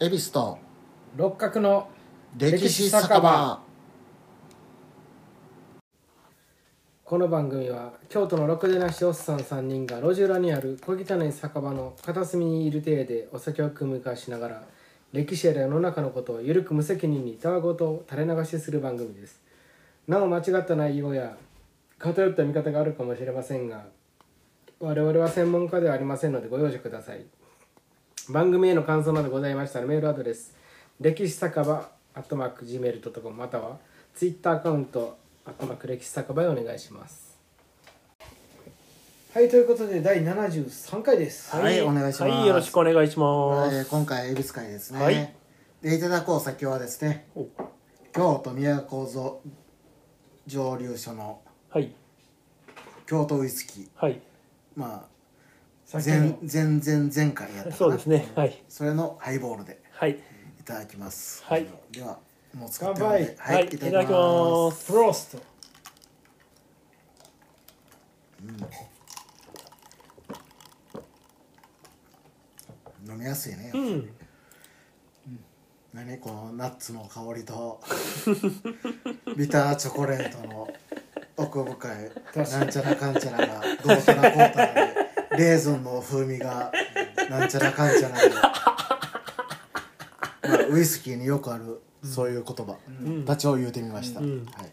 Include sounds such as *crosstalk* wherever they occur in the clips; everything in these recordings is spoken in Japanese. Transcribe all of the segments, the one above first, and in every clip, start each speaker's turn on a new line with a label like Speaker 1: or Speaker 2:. Speaker 1: 恵比寿と
Speaker 2: 六角の
Speaker 1: 歴史酒場
Speaker 2: この番組は京都のろくでなしおっさん3人が路地裏にある小汚い酒場の片隅にいる体でお酒を組み交わしながら歴史や世の中のことをゆるく無責任にたわごとを垂れ流しする番組ですなお間違った内容や偏った見方があるかもしれませんが我々は専門家ではありませんのでご容赦ください番組への感想などございましたらメールアドレス歴史酒場アットマーク Gmail.com またはツイッターアカウントアットマーク歴史酒場へお願いしますはいということで第73回です
Speaker 1: はいお願いします
Speaker 3: はい、よろしくお願いしま
Speaker 1: えー
Speaker 3: す。
Speaker 1: 今回恵比寿会ですね、
Speaker 3: はい
Speaker 1: でいただくお酒はですね
Speaker 3: お
Speaker 1: 京都都造蒸留所の
Speaker 3: はい、
Speaker 1: 京都ウイスキー
Speaker 3: はい、
Speaker 1: まあ
Speaker 2: さっきの
Speaker 1: 前前前前回やったかな
Speaker 3: そうですね。はい、
Speaker 1: それのハイボールで
Speaker 3: はい、
Speaker 1: いただきます、
Speaker 3: はい
Speaker 1: ではもう使ってるので
Speaker 2: 乾
Speaker 1: は、
Speaker 3: はいい、
Speaker 1: い、
Speaker 3: い
Speaker 1: た
Speaker 3: た
Speaker 1: だ
Speaker 3: だ
Speaker 1: き
Speaker 3: き
Speaker 1: ま
Speaker 3: ますす。
Speaker 2: プロースト
Speaker 1: 飲みやすいね、
Speaker 3: うん、
Speaker 1: 何このナッツの香りとビターチョコレートの奥深いなんちゃらかんちゃらがどうたらこうたらでレーズンの風味がなんちゃらかんちゃらで、まあ、ウイスキーによくあるそういう言葉
Speaker 3: ん
Speaker 1: たちを言うてみました、
Speaker 3: ん
Speaker 1: はい、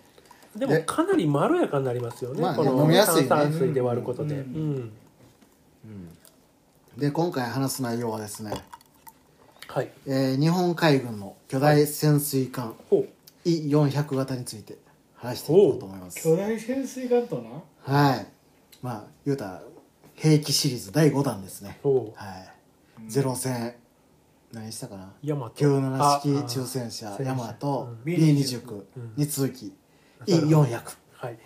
Speaker 3: で
Speaker 1: で
Speaker 3: もかなりまろやかになりますよね。
Speaker 1: まあね
Speaker 3: この
Speaker 1: 飲みやすいね
Speaker 3: 炭酸水で割ることで、
Speaker 2: う
Speaker 3: うんん、
Speaker 1: で今回話す内容はですね、
Speaker 3: はい、
Speaker 1: えー日本海軍の巨大潜水艦
Speaker 3: ほう、
Speaker 1: イ400型について話していこうと思います
Speaker 2: 巨大潜水艦とな
Speaker 1: はいまあ言うたら兵器シリーズ第5弾ですね
Speaker 3: ほ
Speaker 1: はいゼロ戦何したかな
Speaker 3: う、ヤマト、
Speaker 1: 97式
Speaker 3: ああ
Speaker 1: 抽選車
Speaker 3: 戦車
Speaker 1: ヤマト
Speaker 3: うん
Speaker 1: B29
Speaker 3: うん
Speaker 1: に続き
Speaker 3: なるほ
Speaker 1: E400
Speaker 3: はい、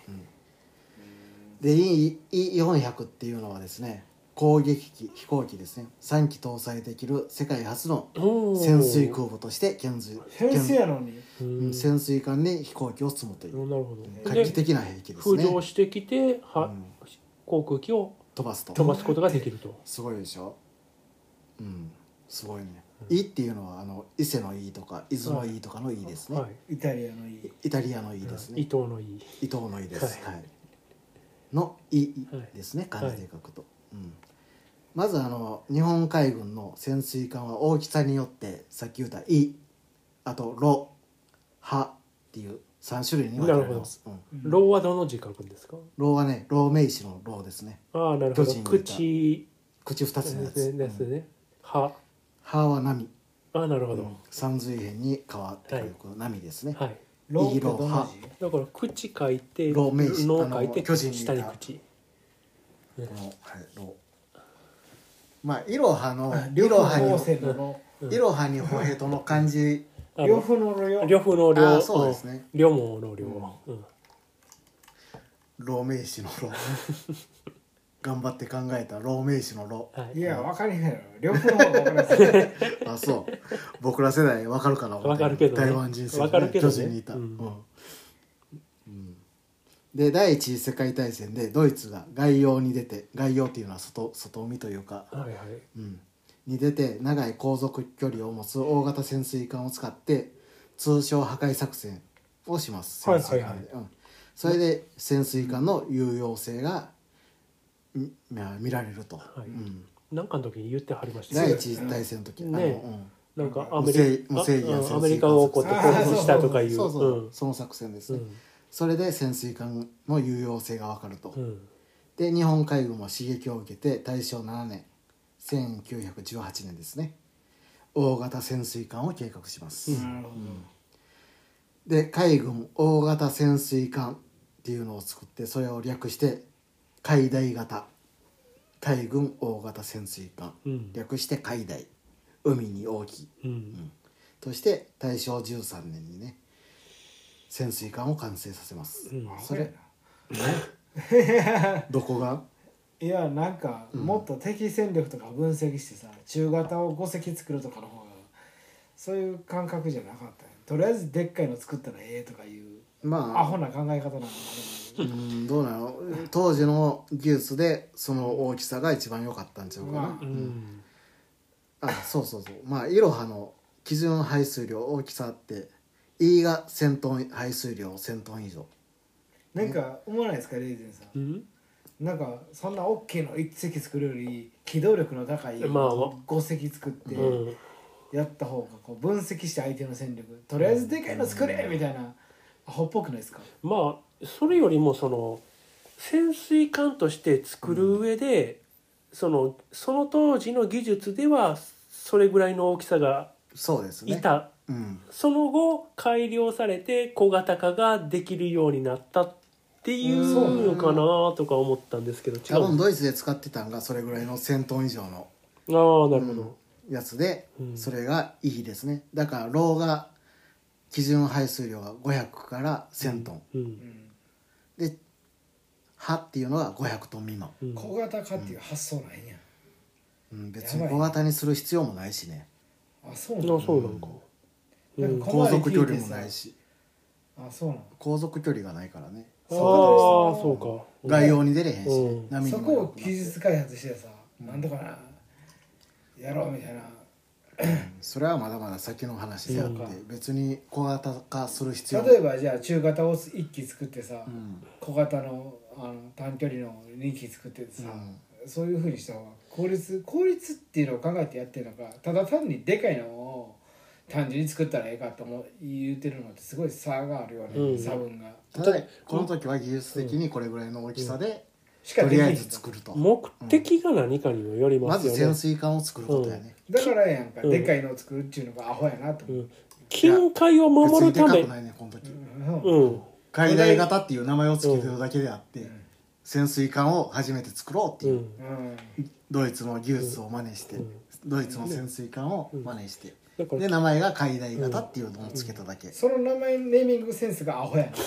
Speaker 1: で E- E400 っていうのはですね攻撃機飛行機ですね3機搭載できる世界初の
Speaker 3: おー
Speaker 1: 潜水空母として建設
Speaker 2: 潜水やのに
Speaker 3: う
Speaker 1: 建うん
Speaker 3: ん、
Speaker 1: 潜水艦に飛行機を積むという
Speaker 3: なるほど。
Speaker 1: 画期
Speaker 3: で、
Speaker 1: 的な兵器です
Speaker 3: 浮
Speaker 1: ね
Speaker 3: 上してきて、は、
Speaker 1: うん
Speaker 3: 航空機を
Speaker 1: 飛ばすと
Speaker 3: 飛ばすことができると。
Speaker 1: すごいでしょうんすごいね「い」っていうのはあの伊勢の「い」とか伊豆の「い」とかの「い」ですね、
Speaker 3: はい、
Speaker 2: イタリアのいい
Speaker 1: イタリアの「い」です
Speaker 3: 伊
Speaker 1: ね、
Speaker 3: 藤のいい。
Speaker 1: 伊藤の「い」です、は
Speaker 3: はい
Speaker 1: いの「い」
Speaker 3: はい
Speaker 1: ですね
Speaker 3: はい
Speaker 1: 漢字で書くと、うん、まずあの日本海軍の潜水艦は大きさによってさっき言った「い」あと「ろ」「は」っていう3種類に分けられますうん
Speaker 3: ローはどの字書くんですか。
Speaker 1: ろうはねろう名詞の「ろう」ですね
Speaker 3: ああ、なるほ
Speaker 1: 巨
Speaker 3: ど
Speaker 1: 人。がいた
Speaker 3: 口。
Speaker 1: 口2つのやつ
Speaker 3: ですね。です
Speaker 1: うん
Speaker 3: ね。は。
Speaker 1: は」は波
Speaker 3: あ、なるほど。
Speaker 1: 三髄辺に変わってくるこの波ですね、
Speaker 3: はい。
Speaker 2: ローってど
Speaker 1: イー
Speaker 2: ん
Speaker 1: ロー
Speaker 2: な
Speaker 1: ハ
Speaker 3: だから口書いて、
Speaker 1: ロ名詞
Speaker 3: 脳書
Speaker 1: あ
Speaker 3: い
Speaker 1: の
Speaker 3: て、
Speaker 1: 巨人にいた
Speaker 3: 下に
Speaker 1: こ
Speaker 3: 口。
Speaker 1: の、はい、ロまあイロハの
Speaker 2: 字
Speaker 1: イロハ
Speaker 2: 両方線
Speaker 1: に
Speaker 2: のロ
Speaker 1: イロハにホヘトの漢字
Speaker 3: あ
Speaker 2: 両
Speaker 3: の
Speaker 2: 方のロよ
Speaker 3: 両方の両。
Speaker 1: あそうですね
Speaker 3: うん両毛の両。うん
Speaker 1: ロ名詞の
Speaker 3: *laughs*
Speaker 1: ロ頑張って考えたロ名詞のロ
Speaker 3: はい
Speaker 2: い。や分かりへんやろ両方の方が分かり
Speaker 3: *laughs*
Speaker 2: へん
Speaker 1: あそう僕ら世代わかるかな
Speaker 3: わかるけどね
Speaker 1: 台湾人生、
Speaker 3: わかるけどね
Speaker 1: 巨人にいた、
Speaker 3: うん
Speaker 1: うんで第一次世界大戦でドイツが外洋に出て外洋っていうのは外外海というか
Speaker 3: はいはい。
Speaker 1: うん、に出て長い航続距離を持つ大型潜水艦を使って通称破壊作戦をします
Speaker 3: はい
Speaker 1: 潜水艦で、うん、それで潜水艦の有用性が、みまあ見られると、
Speaker 3: はい
Speaker 1: うん、
Speaker 3: なんかの時に言ってはりました
Speaker 1: 第
Speaker 3: ね。
Speaker 1: 一次大戦の時、
Speaker 3: ね
Speaker 1: あの
Speaker 3: なんかアメリカ。
Speaker 1: 無制無制限
Speaker 3: あうん
Speaker 1: 潜水
Speaker 3: アメリカ
Speaker 1: *laughs*
Speaker 3: が怒って興奮したとか
Speaker 1: う
Speaker 3: い
Speaker 1: ん、
Speaker 3: う。
Speaker 1: そうそう、
Speaker 3: ん
Speaker 1: その作戦です
Speaker 3: う
Speaker 1: ね、
Speaker 3: ん。
Speaker 1: それで潜水艦の有用性が分かると、
Speaker 3: うん。
Speaker 1: で日本海軍も刺激を受けて大正7年1918年ですね大型潜水艦を計画します、
Speaker 2: なるほ
Speaker 1: で海軍大型潜水艦っていうのを作ってそれを略して海大型海軍大型潜水艦
Speaker 3: うん。
Speaker 1: 略して海大海に大きい
Speaker 3: うん。
Speaker 1: として大正13年にね潜水艦を完成させます、
Speaker 3: うん
Speaker 1: それどこが
Speaker 2: いやなんかもっと敵戦力とか分析してさ、中型を5隻作るとかの方がそういう感覚じゃなかったよとりあえずでっかいの作ったらええとかいうア
Speaker 1: ま
Speaker 2: ホ
Speaker 1: あ
Speaker 2: な考え方なの
Speaker 1: うんどうなの当時の技術でその大きさが一番良かったんちゃうかな、
Speaker 2: まあ
Speaker 3: うん。
Speaker 1: あそうそうそうまあいろはの基準排水量大きさあって E が1000トン排水量1000トン以上
Speaker 2: なんか思わないですかレーズンさん
Speaker 3: うん
Speaker 2: なんかそんな大きいの一石作るより機動力の高い
Speaker 3: まあ
Speaker 2: 五石作って
Speaker 3: うん
Speaker 2: やった方がこう分析して相手の戦力とりあえずでかいの作れみたいなアホっぽくないですか
Speaker 3: まあそれよりもその潜水艦として作る上で、そのその当時の技術ではそれぐらいの大きさが
Speaker 1: そうですね
Speaker 3: いた、
Speaker 1: うん、
Speaker 3: その後改良されて小型化ができるようになったっていうのかなとか思ったんですけど違
Speaker 1: 多
Speaker 3: う
Speaker 1: 分
Speaker 3: んだ
Speaker 1: ドイツで使ってたんがそれぐらいの1000トン以上の
Speaker 3: ああーなるほど、
Speaker 1: やつで、
Speaker 3: うん
Speaker 1: それが E ですねだからローが基準排水量が500から1000トン、
Speaker 3: うん
Speaker 2: うん
Speaker 1: で歯っていうのが500トン未満、
Speaker 3: うん
Speaker 2: 小型化っていう発想ないんや
Speaker 1: うん、別に小型にする必要もないしね
Speaker 2: あそう
Speaker 3: あ
Speaker 2: なの
Speaker 3: そうなんか、う
Speaker 2: なん
Speaker 3: ん
Speaker 2: かこ
Speaker 1: 航続距離もないし
Speaker 2: あそうなの
Speaker 1: 航続距離がないからね
Speaker 3: ああ
Speaker 2: 小型です
Speaker 3: そうか
Speaker 1: 概要に出れへんし、ね
Speaker 3: うん
Speaker 1: 波に
Speaker 2: そ
Speaker 1: も
Speaker 2: こ
Speaker 1: よ
Speaker 2: を
Speaker 1: くな
Speaker 2: 技術開発してさなんとかなやろうみたいな
Speaker 1: それはまだまだ先の話であって
Speaker 2: そうか
Speaker 1: 別に小型化する必要も
Speaker 2: 例えばじゃあ中型を一機作ってさ
Speaker 1: うん
Speaker 2: 小型のあの短距離の2機作ってさ、そういうふうにした方が効率効率っていうのを考えてやってるのかただ単にでかいのを単純に作ったらええかとも言うてるのってすごい差があるよね、
Speaker 3: うん
Speaker 2: 差分が。
Speaker 1: ただこの時は技術的にこれぐらいの大きさで、
Speaker 2: しか
Speaker 1: と
Speaker 2: で
Speaker 1: りあ
Speaker 2: きな
Speaker 1: え
Speaker 2: い
Speaker 1: ず作ると、
Speaker 3: 目的が何かにもよりま
Speaker 1: ます
Speaker 3: よ
Speaker 1: ず
Speaker 3: ね、
Speaker 1: 潜水艦を作ることやね、
Speaker 2: だからやんか、
Speaker 3: うん
Speaker 2: でかいのを作るっていうのがアホやなと
Speaker 3: う
Speaker 2: 思う。
Speaker 3: ん、近海を
Speaker 1: 別
Speaker 3: 守
Speaker 1: に
Speaker 3: る
Speaker 1: で
Speaker 3: た
Speaker 1: か
Speaker 3: め
Speaker 1: くないねこの時
Speaker 2: うん
Speaker 3: うん
Speaker 1: 海外型っていう名前を付けてるだけであって、
Speaker 2: ん
Speaker 1: 潜水艦を初めて作ろうって
Speaker 3: う
Speaker 1: いう、
Speaker 2: う
Speaker 3: ん
Speaker 2: ん
Speaker 1: ドイツの技術を真似して、
Speaker 3: うん
Speaker 1: ドイツの潜水艦を真似して、
Speaker 3: だから
Speaker 1: で名前が海大型っていうのを付けただけ、
Speaker 2: その名前ネーミングセンスがアホやな
Speaker 1: じゃ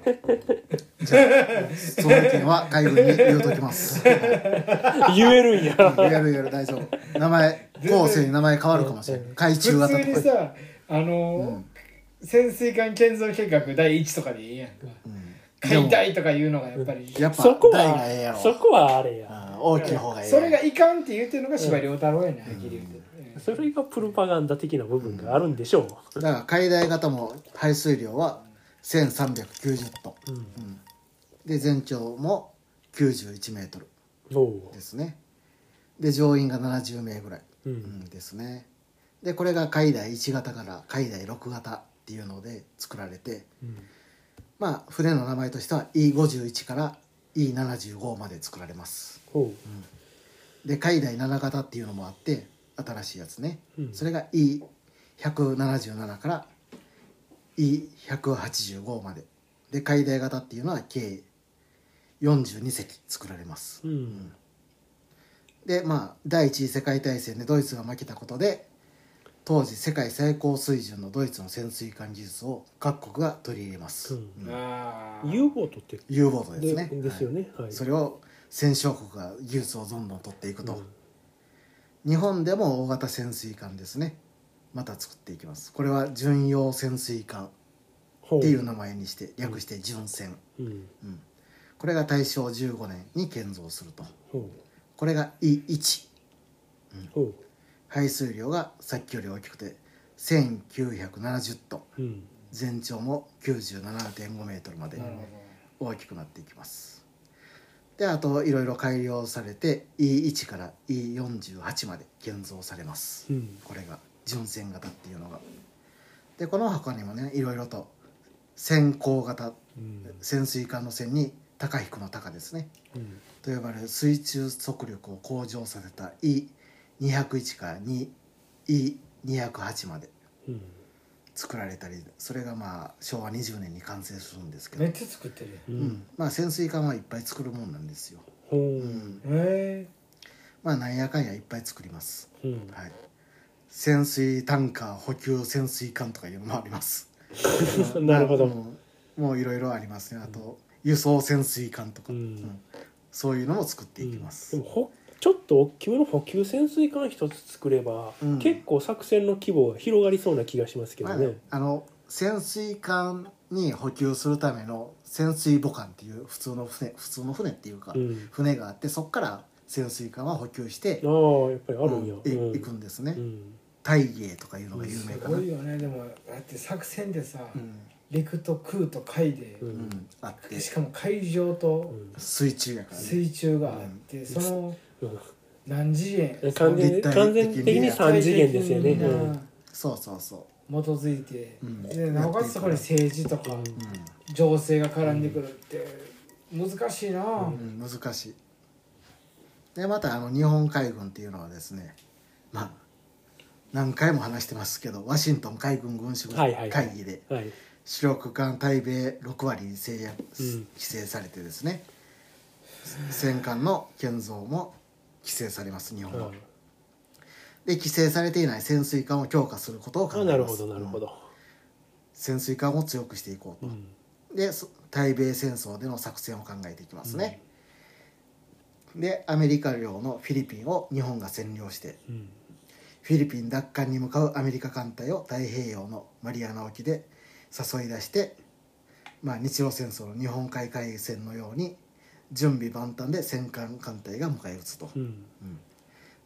Speaker 1: あその意見は海軍に言うときます *laughs*
Speaker 3: 言えるんや
Speaker 1: やるやる大丈夫名前後世に名前変わるかもしれない海中型
Speaker 2: 普
Speaker 1: と
Speaker 2: 通に
Speaker 1: か、
Speaker 2: さあのー潜水艦建造計画第1とかでいいやんか
Speaker 1: うん
Speaker 2: 解体とかいうのがやっぱり
Speaker 1: やっぱ
Speaker 3: そこ
Speaker 1: 大がええや
Speaker 3: は
Speaker 1: ろ
Speaker 3: そこはあれや
Speaker 1: あー大きい方がええ
Speaker 2: それがいかんって言ってるのが司馬遼太郎やね、はっきり言って、
Speaker 3: それがプロパガンダ的な部分があるんでしょ
Speaker 1: だから海大型も排水量は1390ト
Speaker 3: う、う
Speaker 1: ン、
Speaker 3: ん
Speaker 1: うんで全長も91メートル
Speaker 3: おう
Speaker 1: ですねで乗員が70名ぐらい、
Speaker 3: う
Speaker 1: うんん、ですねでこれが海大1型から海大6型っていうので作られて
Speaker 3: うん
Speaker 1: まあ船の名前としては E51 から E75 まで作られます
Speaker 3: おう
Speaker 1: で海大7型っていうのもあって新しいやつね、
Speaker 3: うん
Speaker 1: それが E177 から E185 までで海大型っていうのは計42隻作られます
Speaker 3: うん
Speaker 1: でまあ第一次世界大戦でドイツが負けたことで当時世界最高水準のドイツの潜水艦技術を各国が取り入れます、
Speaker 3: うん
Speaker 1: うん
Speaker 2: ああ
Speaker 3: U ボートって
Speaker 1: U ボートですね
Speaker 3: でですよねはい、
Speaker 1: それを戦勝国が技術をどんどん取っていくと、
Speaker 3: うん
Speaker 1: 日本でも大型潜水艦ですねまた作っていきますこれは巡洋潜水艦
Speaker 3: ほ
Speaker 1: っていう名前にして略して巡船、
Speaker 3: うん
Speaker 1: うん、これが大正15年に建造すると
Speaker 3: ほ
Speaker 1: これが E1
Speaker 3: うほ
Speaker 1: 排水量がさっきより大きくて1970トン
Speaker 3: ううん
Speaker 1: 全長も97.5メートルまで
Speaker 2: なるほ
Speaker 1: 大きくなっていきますであといろいろ改良されて E1 から E48 まで建造されます
Speaker 3: うん
Speaker 1: これが純線型っていうのがでこの他にもねいろいろと潜航型
Speaker 3: うん
Speaker 1: 潜水艦の線に高引くの高ですね
Speaker 3: うん
Speaker 1: と呼ばれる水中速力を向上させた E201 から 2E208 まで
Speaker 3: うん
Speaker 1: 作られたりそれがまあ昭和20年に完成するんですけ
Speaker 2: ど
Speaker 1: ど
Speaker 2: めっちゃ作ってるやんへ
Speaker 3: う
Speaker 1: うんん、まあ潜水艦はいっぱい作るもんなんですよ、
Speaker 3: ほう
Speaker 1: うん、
Speaker 2: え
Speaker 1: まあなんやかんやいっぱい作ります、
Speaker 3: うん
Speaker 1: はい、潜水タンカー補給潜水艦とかいうのもあります
Speaker 3: *laughs* なるほど
Speaker 1: まあもうもういろいろありますねあと輸送潜水艦とか、
Speaker 3: うん
Speaker 1: そういうのも作っていきま、
Speaker 3: ですもほちょっと大きめの補給潜水艦一つ作れば、
Speaker 1: うん
Speaker 3: 結構作戦の規模が広がりそうな気がしますけ
Speaker 1: ま
Speaker 3: ど
Speaker 1: あ
Speaker 3: ね、
Speaker 1: ねあの潜水艦に補給するための潜水母艦っていう普通の船普通の船っていうか、
Speaker 3: うん
Speaker 1: 船があってそこから潜水艦は補給して
Speaker 3: ああやっぱりあるんや、
Speaker 1: うんい行くんですね、
Speaker 3: うん
Speaker 1: 大芸とかいうのが有名
Speaker 2: す
Speaker 1: かな、
Speaker 2: ご
Speaker 1: うん
Speaker 2: いよねでもだって作戦でさ、陸と空と海で、
Speaker 3: う
Speaker 1: うんんあって
Speaker 2: しかも海上と
Speaker 1: 水中やからね
Speaker 2: 水中があって、その
Speaker 3: うん
Speaker 2: 何次元
Speaker 3: え完全
Speaker 1: 立体的に
Speaker 3: 完全的に三次元ですよね、
Speaker 2: 具体的
Speaker 3: うん
Speaker 2: な
Speaker 1: そうそうそ
Speaker 2: 基づいて、
Speaker 1: うん
Speaker 2: でなおかつそこに政治とか
Speaker 1: う、
Speaker 2: 情勢が絡んでくるって難しいな、
Speaker 1: うんうん、難しいでまたあの日本海軍っていうのはですねまあ何回も話してますけどワシントン海軍軍司部
Speaker 3: はいはいは
Speaker 1: 会
Speaker 3: い
Speaker 1: 議で
Speaker 3: はい
Speaker 1: 主力艦対米6割に制約、
Speaker 3: うん
Speaker 1: 規制されてですね戦艦の建造も規制されます日本は、で規制されていない潜水艦を強化することを考え
Speaker 3: あ
Speaker 1: ます
Speaker 3: なるほどなるほ
Speaker 1: うん
Speaker 3: ど、
Speaker 1: 潜水艦を強くしていこう
Speaker 3: う
Speaker 1: と、
Speaker 3: ん
Speaker 1: でそ対米戦争での作戦を考えていきますね、でアメリカ領のフィリピンを日本が占領して
Speaker 3: うん
Speaker 1: フィリピン奪還に向かうアメリカ艦隊を太平洋のマリアナ沖で誘い出して、まあ、日露戦争の日本海海戦のように準備万端で戦艦艦隊が迎え撃つと、
Speaker 3: うん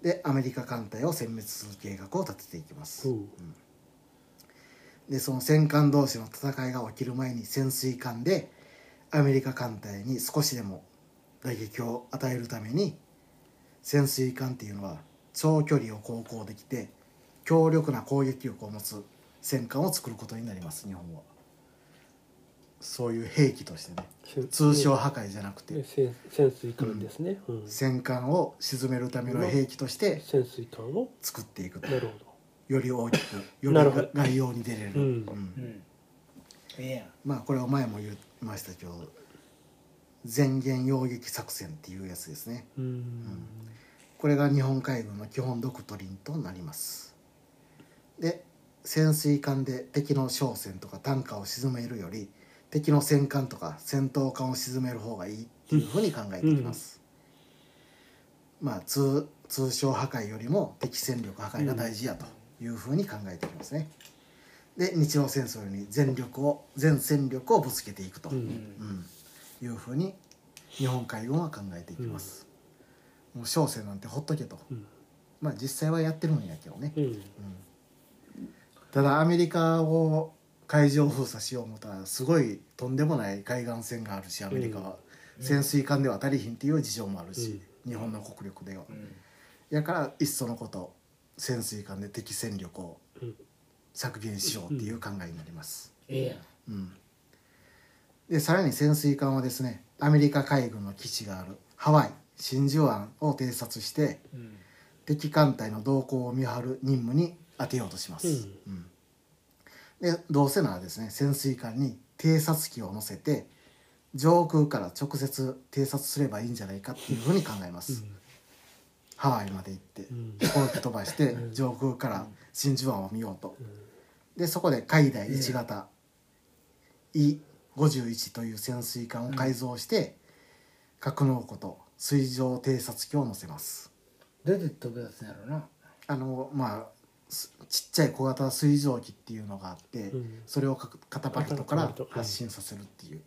Speaker 1: でアメリカ艦隊を殲滅する計画を立てていきます、
Speaker 3: うん
Speaker 1: でその戦艦同士の戦いが起きる前に潜水艦でアメリカ艦隊に少しでも打撃を与えるために潜水艦っていうのは長距離を航行できて強力な攻撃力を持つ戦艦を作ることになります日本はそういう兵器としてね
Speaker 3: せ
Speaker 1: 通称破壊じゃなく
Speaker 3: ね
Speaker 1: て
Speaker 3: せ潜水艦ですね、うん
Speaker 1: 戦艦を沈めるための兵器として
Speaker 3: 潜水艦を
Speaker 1: 作っていくと
Speaker 3: なるほ
Speaker 1: より大きくよ
Speaker 3: なる
Speaker 1: り
Speaker 3: ほど
Speaker 1: 外洋に出れる、
Speaker 3: う
Speaker 1: う
Speaker 3: ん
Speaker 1: ん
Speaker 2: うんええやん
Speaker 1: まあこれは前も言いましたけど前言擁撃作戦っていうやつですね
Speaker 3: どうん、
Speaker 1: これが日本海軍の基本ドクトリンとなりますで潜水艦で敵の商船とかタンカーを沈めるより敵の戦艦とか戦闘艦を沈める方がいいっていうふうに考えていきます、まあ通通称破壊よりも敵戦力破壊が大事やというふうに考えていきますねで日露戦争に全力を全戦力をぶつけていくと、
Speaker 3: うん
Speaker 1: うん、いうふうに日本海軍は考えていきます、もう商船なんてほっとけと、
Speaker 3: うん
Speaker 1: まあ実際はやってるんやけどね、
Speaker 3: うん
Speaker 1: ただアメリカを海上封鎖しよう思ったらすごいとんでもない海岸線があるしアメリカは、潜水艦では足りひんっていう事情もあるし、日本の国力では、やからいっそのこと潜水艦で敵戦力を
Speaker 3: うん
Speaker 1: 削減しようっていう考えになります、
Speaker 2: ええやん
Speaker 1: うん、でさらに潜水艦はですねアメリカ海軍の基地があるハワイ真珠湾を偵察して
Speaker 2: うん
Speaker 1: 敵艦隊の動向を見張る任務に当てようとします、うんでどうせならですね潜水艦に偵察機を載せて上空から直接偵察すればいいんじゃないかっていうふうに考えます、ハワイまで行って、
Speaker 3: ん
Speaker 1: 飛行機飛ばして上空から真珠湾を見ようと、でそこで海第1型 E51 という潜水艦を改造して、格納庫と水上偵察機を載せます
Speaker 2: どうやって飛び出すんやろうな
Speaker 1: あのまあすちっちゃい小型水上機っていうのがあって、
Speaker 3: うん
Speaker 1: それをか肩パリトか
Speaker 3: 肩パ
Speaker 1: ら
Speaker 3: リトうん
Speaker 1: 発信させるっていう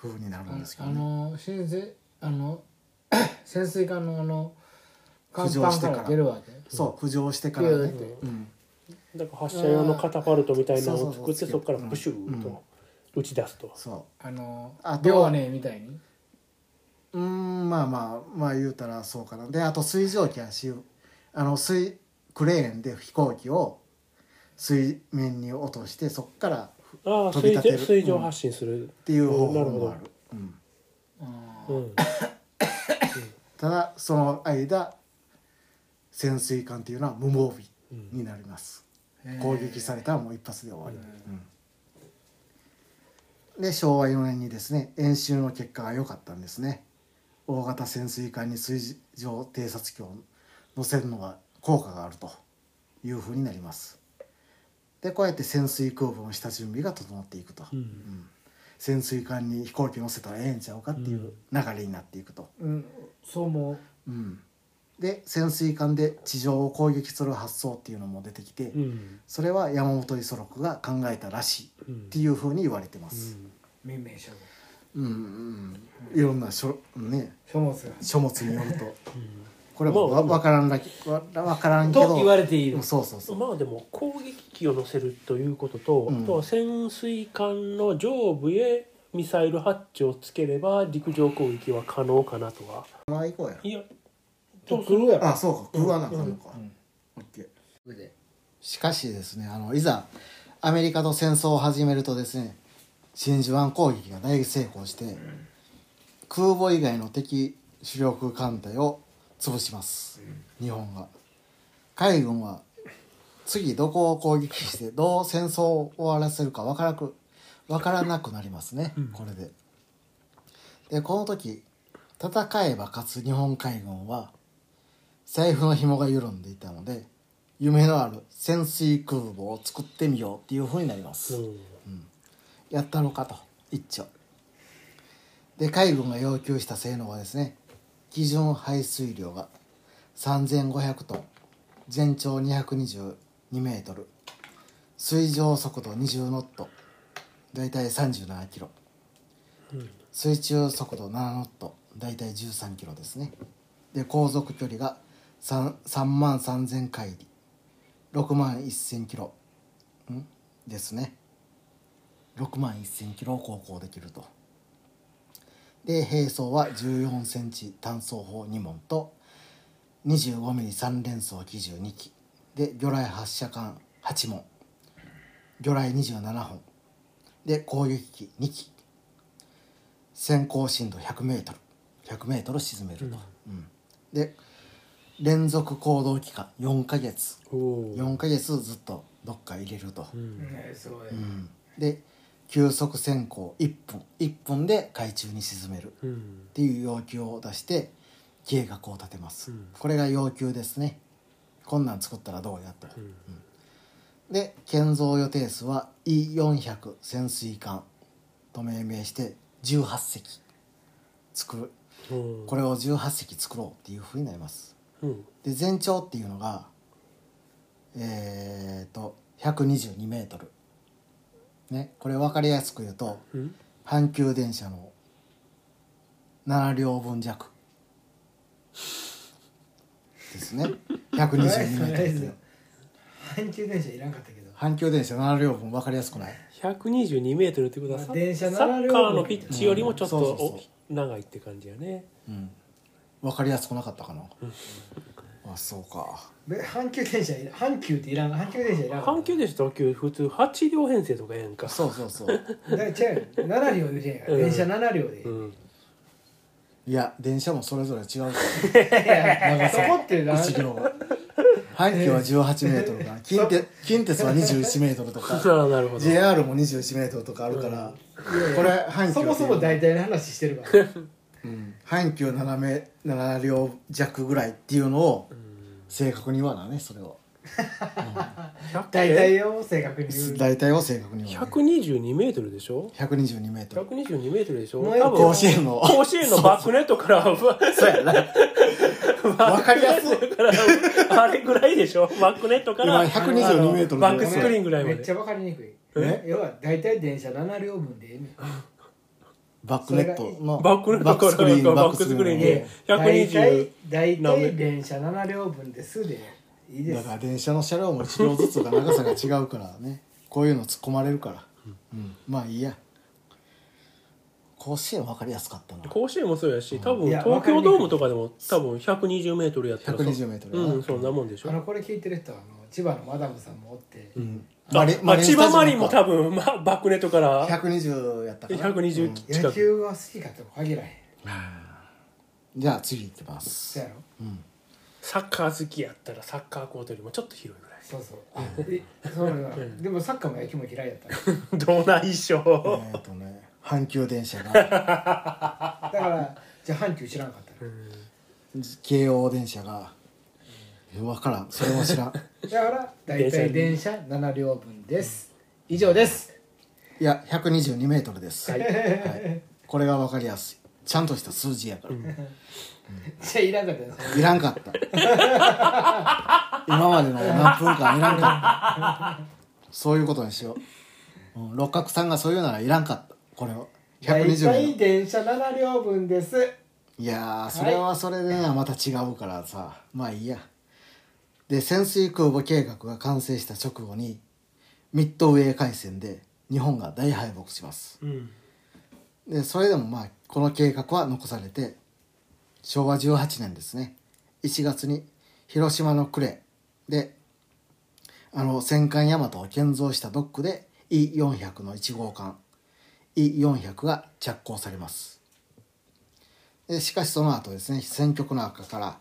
Speaker 1: 風になるんですけ
Speaker 2: あ
Speaker 1: ど、ね、
Speaker 2: の新鮮あの *coughs* 潜水艦のあの甲
Speaker 1: 浮上
Speaker 2: 板
Speaker 1: して
Speaker 2: か
Speaker 1: から
Speaker 2: ら出るわけ
Speaker 1: そう浮上してからね、うん
Speaker 3: だから発射用のカタパルトみたいなのを
Speaker 1: そ
Speaker 3: 作
Speaker 1: う
Speaker 3: っ
Speaker 1: そ
Speaker 3: て
Speaker 1: うそう
Speaker 3: そこからプシュー
Speaker 1: うん
Speaker 3: と打ち出すと、
Speaker 1: そ
Speaker 2: あの
Speaker 1: あとは
Speaker 2: 遼寧みたいに
Speaker 1: ううーんまあまあまあ言うたらそうかなであと水上機やしあの水クレーンで飛行機を水面に落としてそこからっ
Speaker 3: ああ
Speaker 1: 飛び
Speaker 3: 水
Speaker 1: 立て
Speaker 3: 上
Speaker 1: る
Speaker 3: 水上発進する、
Speaker 1: ていう方法
Speaker 3: なるほ
Speaker 1: もあ
Speaker 3: ど
Speaker 1: る、うん、
Speaker 2: あ
Speaker 3: う
Speaker 2: ー
Speaker 3: ん
Speaker 1: ただその間潜水艦っていうのは無防備になります、
Speaker 2: へー
Speaker 1: 攻撃されたらもう一発で終わり、うんで昭和4年にですね演習の結果が良かったんですね大型潜水艦に水上偵察機を乗せるのが効果があるというふうになりますでこうやって潜水空母の下準備が整っていくと、
Speaker 3: うん
Speaker 1: 潜水艦に飛行機乗せたらええんちゃうかっていう流れになっていくと、
Speaker 2: うんそう思
Speaker 1: う
Speaker 2: う
Speaker 1: ん、で潜水艦で地上を攻撃する発想っていうのも出てきて、
Speaker 3: うん
Speaker 1: それは山本五十六が考えたらしいっ
Speaker 3: うん
Speaker 1: ていうふうに言われてま
Speaker 3: う
Speaker 1: す。
Speaker 3: ん
Speaker 2: 民命書
Speaker 1: うん、うんいろんな書,、ね、
Speaker 2: 書物が
Speaker 1: 書物によるとこれも
Speaker 3: まあ
Speaker 1: わ分からんだけわわからんけど
Speaker 4: と言われている
Speaker 1: うんそうそうそう、
Speaker 3: まあでも攻撃機を乗せるということと、
Speaker 1: うん
Speaker 3: あとは潜水艦の上部へミサイルハッチをつければ陸上攻撃は可能かなとは
Speaker 1: まあ行こうや
Speaker 3: いや
Speaker 2: と来るやろ
Speaker 1: あそうか空はなんかあんのか、
Speaker 2: うん
Speaker 1: オッケー
Speaker 4: で
Speaker 1: しかしですねあのいざアメリカと戦争を始めるとですね真珠湾攻撃が大成功して、空母以外の敵主力艦隊を潰します、日本が海軍は次どこを攻撃してどう戦争を終わらせるかわからくわからなくなりますね、これででこの時戦えば勝つ日本海軍は財布の紐が緩んでいたので夢のある潜水空母を作ってみようっていうふうになります、
Speaker 3: うん
Speaker 1: やったのかと一丁で海軍が要求した性能はですね基準排水量が3500トン全長222メートル水上速度20ノット大体37キロ、
Speaker 3: うん
Speaker 1: 水中速度7ノット大体13キロですねで航続距離が3万3000海里6万1000キロんですね6万1000キロを航行できるとで兵装は14センチ単装砲2門と25ミリ3連装機銃2機で魚雷発射管8門魚雷27本で攻撃機2機先行深度100メートル100メートル沈めると、うんで連続行動期間4ヶ月
Speaker 3: おお
Speaker 1: 4ヶ月ずっとどっか入れると、
Speaker 3: うん
Speaker 2: ねすごい
Speaker 1: うんで急速潜航1分1分で海中に沈めるっ
Speaker 3: うん
Speaker 1: ていう要求を出して計画を立てます、
Speaker 3: うん
Speaker 1: これが要求ですねこんなん作ったらどうやと、
Speaker 3: うん
Speaker 1: で建造予定数は E400 潜水艦と命名して18隻作る
Speaker 3: うん
Speaker 1: これを18隻作ろうっていうふうになります
Speaker 3: うん
Speaker 1: で全長っていうのがえー、と122メートルねこれ分かりやすく言うと
Speaker 3: うん
Speaker 1: 阪急電車の7両分弱ですね122メートルっていう
Speaker 2: 阪急電車いらんかったけど
Speaker 1: 阪急電車7両分分かりやすくない
Speaker 3: 122メートルってことは
Speaker 2: ま
Speaker 3: サ
Speaker 2: あ電車
Speaker 3: ッ
Speaker 2: な
Speaker 3: サ
Speaker 2: ら
Speaker 3: ッ
Speaker 2: で
Speaker 3: カ
Speaker 2: は
Speaker 3: ーのピッチよりもちょっと
Speaker 1: うんそうそうそ
Speaker 3: お長いって感じやね
Speaker 1: うん分かりやすくなかったかなあそうか
Speaker 2: べ阪急電車いら阪急っていらん阪急電車いらん
Speaker 3: 阪急電車と急普通8両編成とかやんか
Speaker 1: そうそうそう
Speaker 2: だから違うよ7両でじゃんやから電車7両で、
Speaker 3: ん、
Speaker 1: いや電車もそれぞれ違うから
Speaker 2: いやいやそこってな
Speaker 1: 1両は阪急は18メートルか近鉄近鉄は21メートルと
Speaker 3: あ
Speaker 1: か
Speaker 3: あ *laughs* なるほど
Speaker 1: JR も21メートルとかあるから、これ阪急
Speaker 2: そもそも大体の話してるから
Speaker 1: うん阪急7め7両弱ぐらいっていうのを
Speaker 3: うん
Speaker 1: 正確に言わなねそれを
Speaker 2: 大体を正確に言う
Speaker 1: 大体を正確に言わな
Speaker 3: 122メートルでしょ
Speaker 1: 122メートル
Speaker 3: 122メートルでしょ
Speaker 2: もうや
Speaker 3: 多分
Speaker 1: 甲子園の
Speaker 3: 甲子園のバックネットから
Speaker 1: そうやなわかりや
Speaker 3: *laughs*
Speaker 1: すい
Speaker 3: からあれぐらいでしょバックネットか
Speaker 1: 今
Speaker 3: ら
Speaker 1: 122メートル
Speaker 3: バックスクリーンぐらいま
Speaker 2: め
Speaker 3: で
Speaker 2: っちゃわかりにくい
Speaker 1: え
Speaker 2: 要は大体電車7両分でええねん
Speaker 1: バックネットの
Speaker 3: バックネットから
Speaker 1: バックスクリーン
Speaker 3: バックスクリーン
Speaker 1: バックスクリーン
Speaker 3: で120
Speaker 2: 大体大体電車7両分ですでいいで
Speaker 1: だ
Speaker 2: す
Speaker 1: から電車の車両も1両ずつが長さが違うからねこういうの突っ込まれるから、うんまあいいや甲子園分かりやすかったな
Speaker 3: 甲子園もそうやし多分
Speaker 2: いや
Speaker 3: 東京ドームとかでも多分120メートルやったらそう
Speaker 1: 120メートルやな
Speaker 3: うんそんなもんでし
Speaker 2: あ
Speaker 3: ょ
Speaker 2: のこれ聞いてる人はあの千葉のマダムさんもおって、
Speaker 1: うん
Speaker 3: あ
Speaker 1: リ
Speaker 3: あ千葉マリンも多
Speaker 1: 分
Speaker 3: 分まあバックネットから
Speaker 1: 120やったかな
Speaker 3: 120
Speaker 2: 野
Speaker 3: 近く
Speaker 2: 球が好きかとは限らへん
Speaker 1: じゃあ次行きます
Speaker 2: そうやろ
Speaker 1: うん
Speaker 3: サッカー好きやったらサッカーコートよりもちょっと広いぐら
Speaker 2: そうそうえそうなんだでもサッカーも野球も嫌いやったか
Speaker 3: いどうないっし
Speaker 1: え
Speaker 3: ょ
Speaker 1: ーっとね阪急電車が *laughs*
Speaker 2: らだからじゃあ阪急知らんかった
Speaker 3: うん
Speaker 1: 京王電車が分からんそれも知らん
Speaker 2: だから大体電車7両分です以上です
Speaker 1: いや122メートルです、
Speaker 3: はい
Speaker 1: はいこれが分かりやすいちゃんとした数字やから、
Speaker 2: じゃあいらんかったです
Speaker 1: いらんかった。今までの何分間いらんかった。そういうことにしよう。うん、六角さんがそういうならいらんかった。これを。
Speaker 2: 大
Speaker 1: 120
Speaker 2: 体
Speaker 1: 円。
Speaker 2: 電車7両分です
Speaker 1: いやーそれはそれでなまた違うからさまあいいやで潜水空母計画が完成した直後にミッドウェー海戦で日本が大敗北します
Speaker 3: うん
Speaker 1: でそれでもまあこの計画は残されて昭和18年ですね1月に広島の呉であの戦艦大和を建造したドックで E400 の1号艦 E400 が着工されますでしかしその後ですね戦局の悪化から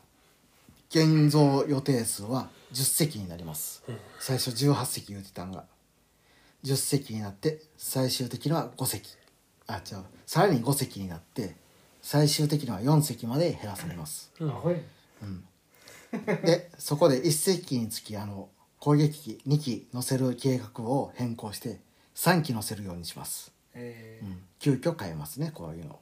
Speaker 1: 建造予定数は10隻になります最初18隻言うてたんが10隻になって最終的には5隻あ違うさらに5隻になって最終的には4隻まで減らされます
Speaker 3: うん
Speaker 2: ほい
Speaker 1: でそこで1隻につきあの攻撃機2機乗せる計画を変更して3機乗せるようにします、
Speaker 2: え
Speaker 1: うん、急遽変えますねこういうの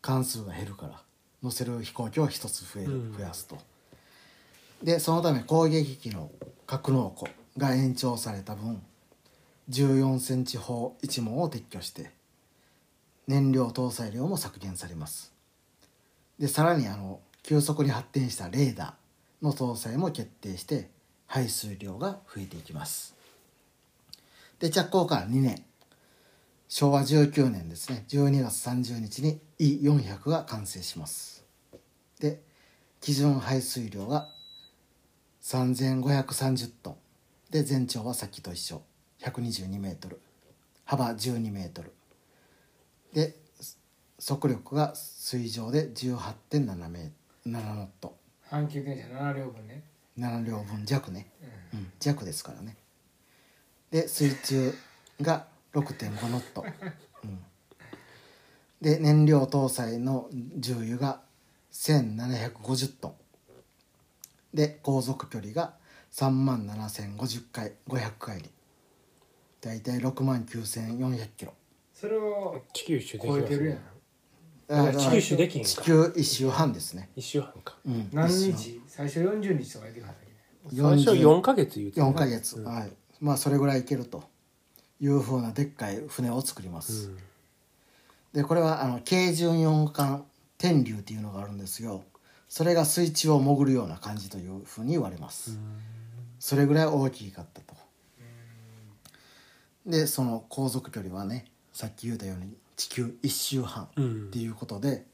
Speaker 1: 関数が減るから乗せる飛行機を1つ増え
Speaker 3: うん
Speaker 1: る増やすと、でそのため攻撃機の格納庫が延長された分1 4センチ砲1門を撤去して燃料搭載量も削減されますでさらにあの急速に発展したレーダーの搭載も決定して排水量が増えていきますで着工から2年昭和19年ですね12月30日に E400 が完成しますで基準排水量が3530トンで全長はさっきと一緒122メートル幅12メートルで速力が水上で18.7メ7ノット
Speaker 2: 阪急電車7両分ね、
Speaker 1: 7両分弱ね、
Speaker 2: うん
Speaker 1: うん、弱ですからねで水中が6.5ノッ
Speaker 3: *laughs*
Speaker 1: ト、うん、で燃料搭載の重油が1750トンで航続距離が3万7050回500回り大体6万9400キロ
Speaker 2: それを
Speaker 3: 地球一周でき
Speaker 2: 超えてるやん
Speaker 3: あ地球一周できんか
Speaker 1: 地球一周半ですね、
Speaker 3: 一周半か
Speaker 1: うん、
Speaker 2: 何
Speaker 1: 一周
Speaker 2: 日最初40日とか言ってくださいね
Speaker 3: 最初4ヶ月言うてた
Speaker 1: 4ヶ月、
Speaker 3: うん
Speaker 1: はいまあそれぐらいいけるというふうなでっかい船を作ります、でこれはあの軽巡洋艦天竜っていうのがあるんですよそれが水中を潜るような感じというふうに言われます、それぐらい大きかったとでその航続距離はねさっき言ったように地球一周半
Speaker 3: う
Speaker 1: っ
Speaker 3: ん
Speaker 1: ていうことで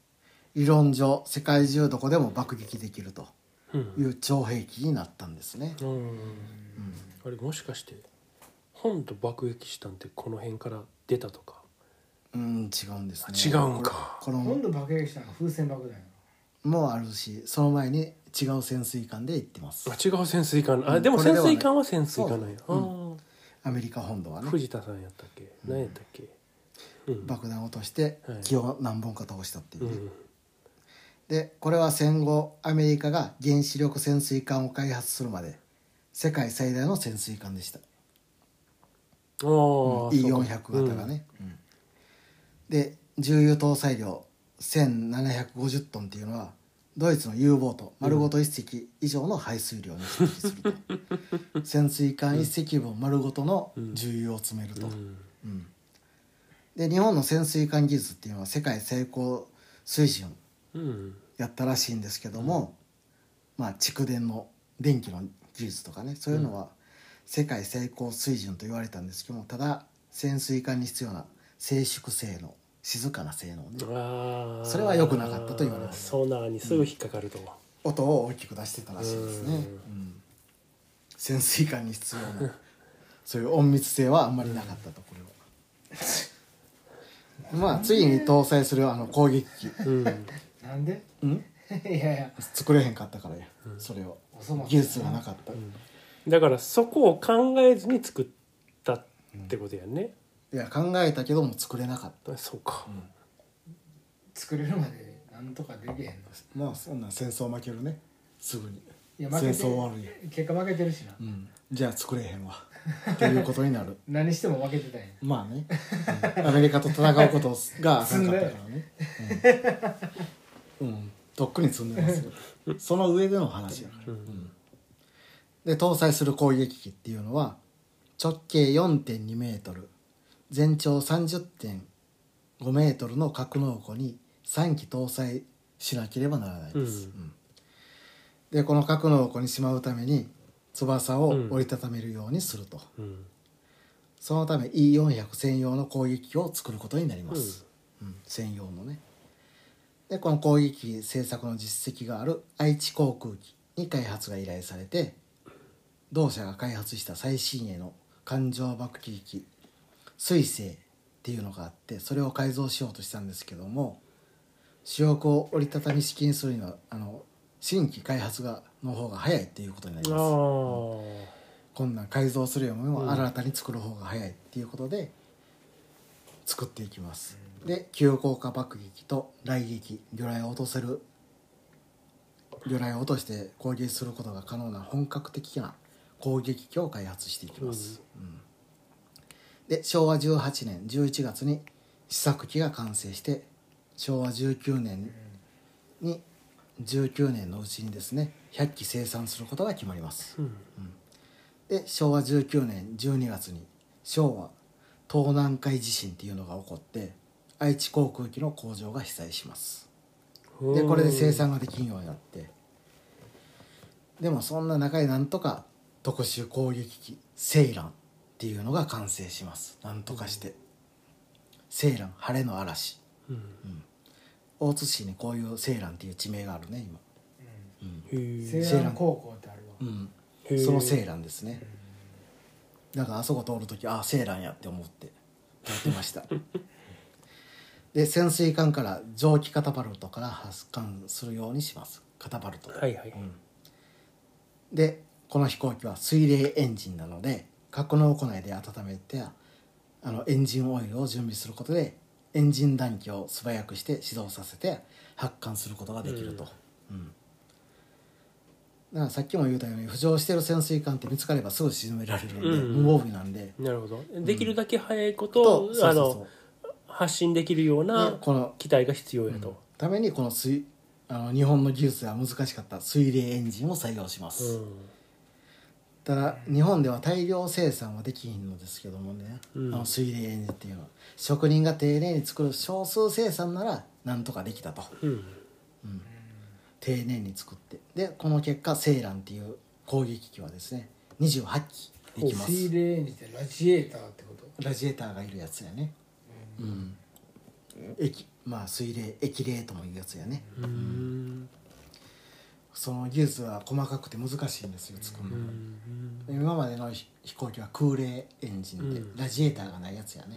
Speaker 1: 理論上世界中どこでも爆撃できると
Speaker 3: うん
Speaker 1: いう超兵器になったんですね、
Speaker 3: うんあれもしかして本と爆撃したんってこの辺から出たとか
Speaker 1: うん、違うんですね
Speaker 3: 違うんか
Speaker 1: これこの
Speaker 2: 今度爆撃したのは風船爆弾
Speaker 1: もあるしその前に違う潜水艦で行ってます
Speaker 3: あ違う潜水艦あ
Speaker 1: うん
Speaker 3: でも
Speaker 1: これ
Speaker 3: 潜
Speaker 1: ではない
Speaker 3: 水艦は潜水艦なんやあ
Speaker 1: そう
Speaker 3: ー
Speaker 1: アメリカ本土はね
Speaker 3: 藤田さんやったっけ何やったっけうん
Speaker 1: 爆弾を落として
Speaker 3: はい
Speaker 1: 気を何本か倒したっていううね、
Speaker 3: ん
Speaker 1: でこれは戦後アメリカが原子力潜水艦を開発するまで世界最大の潜水艦でした
Speaker 3: あー
Speaker 1: E400 型がね、うんで重油搭載量1750トンっていうのはドイツの U ボート丸ごと1隻以上の排水量に匹敵すると、
Speaker 3: *laughs*
Speaker 1: 潜水艦1隻分丸ごとの重油を詰める
Speaker 3: そ
Speaker 1: と、
Speaker 3: うかうん
Speaker 1: うんで日本の潜水艦技術っていうのは世界最高水準
Speaker 3: うん
Speaker 1: やったらしいんですけども、まあ蓄電の電気の技術とかねそういうのは世界最高水準と言われたんですけどもただ潜水艦に必要な静粛性能静かな性能ね
Speaker 3: あー
Speaker 1: それは良くなかったと言われてる
Speaker 3: ソーナーにすぐ引っかかると
Speaker 1: 音を大きく出してたらしいですね、
Speaker 3: うん
Speaker 1: うん潜水艦に必要な *laughs* そういう隠密性はあんまりなかったとこれは。 *laughs* まあ次に搭載するあの攻撃機、
Speaker 3: うん
Speaker 2: なんで *laughs*
Speaker 1: うん、
Speaker 2: いやいや
Speaker 1: 作れへんかったからや、それを
Speaker 2: お粗末
Speaker 1: 技術がなかった、
Speaker 3: だからそこを考えずに作ったってことやね
Speaker 1: いや考えたけども作れなかっ
Speaker 3: あそうか
Speaker 2: 作れるまでなんとかできへんの
Speaker 1: たまあそんな戦争負けるねすぐに
Speaker 2: いや
Speaker 1: 戦
Speaker 2: 負けて
Speaker 1: 争終わるや
Speaker 2: 結果負けてるしな、
Speaker 1: うんじゃあ作れへんわっていうことになる
Speaker 2: 何しても負けてたんや
Speaker 1: まあね、うんアメリカと戦うことがあかんかったからねうん、うんとっくに積んでますよ *laughs* その上での話やから、うんで搭載する攻撃機っていうのは直径4.2メートル全長30.5メートルの格納庫に3機搭載しなければならないです、う
Speaker 3: う
Speaker 1: んでこの格納庫にしまうために翼を折りたためるようにすると、
Speaker 3: うん
Speaker 1: そのため E400 専用の攻撃機を作ることになります、うん専用のねでこの攻撃機製作の実績がある愛知航空機に開発が依頼されて同社が開発した最新鋭の艦上爆撃機水星っていうのがあってそれを改造しようとしたんですけども主翼を折りたたみ式にするにはあの新規開発がの方が早いっていうことになります。
Speaker 3: あ
Speaker 1: こんなん改造するよりも新たに作る方が早いっていうことで作っていきます、で急降下爆撃と雷撃魚雷を落とせる魚雷を落として攻撃することが可能な本格的な攻撃機を開発していきます、うんで昭和18年11月に試作機が完成して昭和19年に19年のうちにですね100機生産することが決まります、
Speaker 3: あうん
Speaker 1: で昭和19年12月に昭和東南海地震っていうのが起こって愛知航空機の工場が被災しますでこれで生産ができんようになってでもそんな中でなんとか特殊攻撃機セイランっていうのが完成しますなんとかしてセイラン晴れの嵐
Speaker 3: うん
Speaker 1: 大津市にこういうセイランっていう地名があるね今、うん
Speaker 3: へ
Speaker 2: 西
Speaker 3: ー
Speaker 1: 知らん
Speaker 2: 南高校ってあるわ
Speaker 1: うん、
Speaker 3: へー
Speaker 1: そのセイランですねだからあそこ通る時ああセイランやって思ってやってましたで潜水艦から蒸気カタパルトから発艦するようにしますカタパルト、
Speaker 3: はいはい
Speaker 1: うんでこの飛行機は水冷エンジンなので格納庫内で温めてあのエンジンオイルを準備することでエンジン暖気を素早くして始動させて発艦することができると、うんだからさっきも言ったように浮上してる潜水艦って見つかればすぐ沈められるんで、
Speaker 3: う
Speaker 1: 無
Speaker 3: ん
Speaker 1: 防備なんで
Speaker 3: なるほどできるだけ早いこ
Speaker 1: とそ
Speaker 3: と、
Speaker 1: うそう
Speaker 3: あ
Speaker 1: そ
Speaker 3: の発信できるよう
Speaker 1: う
Speaker 3: な
Speaker 1: でこの
Speaker 3: 機体が必要やと、
Speaker 1: ためにこの水あの日本の技術では難しかった水冷エンジンを採用しま
Speaker 3: う
Speaker 1: す、
Speaker 3: ん
Speaker 1: ただ日本では大量生産はできひんのですけどもね、
Speaker 3: うん
Speaker 1: あの水冷エンジンっていうのは職人が丁寧に作る少数生産ならなんとかできたと
Speaker 3: うん
Speaker 1: 丁寧に作ってでこの結果セイランっていう攻撃機はですね28機できま
Speaker 2: 水
Speaker 1: す
Speaker 2: 冷エンジンってラジエーターってこと
Speaker 1: ラジエーターがいるやつやねうん、液まあ水冷液冷ともいうやつやね、
Speaker 3: うん
Speaker 1: その技術は細かくて難しいんですよ作るのが、
Speaker 3: うん
Speaker 1: 今までの飛飛行機は空冷エンジンで、
Speaker 3: うん
Speaker 1: ラジエーターがないやつやね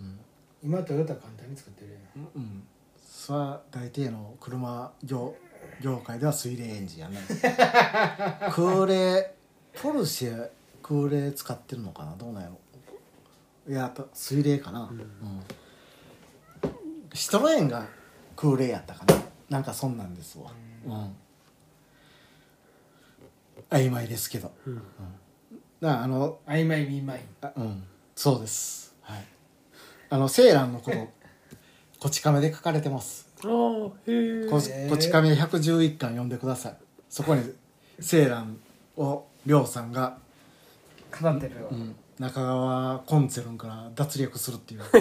Speaker 1: うん
Speaker 2: 今トヨタ簡単に作ってるやん
Speaker 1: うん、それは大抵の車業業界では水冷エンジンやね
Speaker 3: *laughs*
Speaker 1: 空冷ポルシェ空冷使ってるのかなどうなんやろいやと水冷かなうん、シトロエンが空冷やったかななんかそんなんですわうん、曖昧ですけど
Speaker 3: うん
Speaker 1: だからあの
Speaker 2: 曖昧未満
Speaker 1: あうんそうですはいあのセーランの *laughs* ことこち亀で書かれてます
Speaker 3: ああへえ
Speaker 1: ここち亀111巻読んでくださいそこにセーランをりょうさんが、
Speaker 2: 語ってるわ、
Speaker 1: うん中川コンツェルンから脱力するっていう *laughs*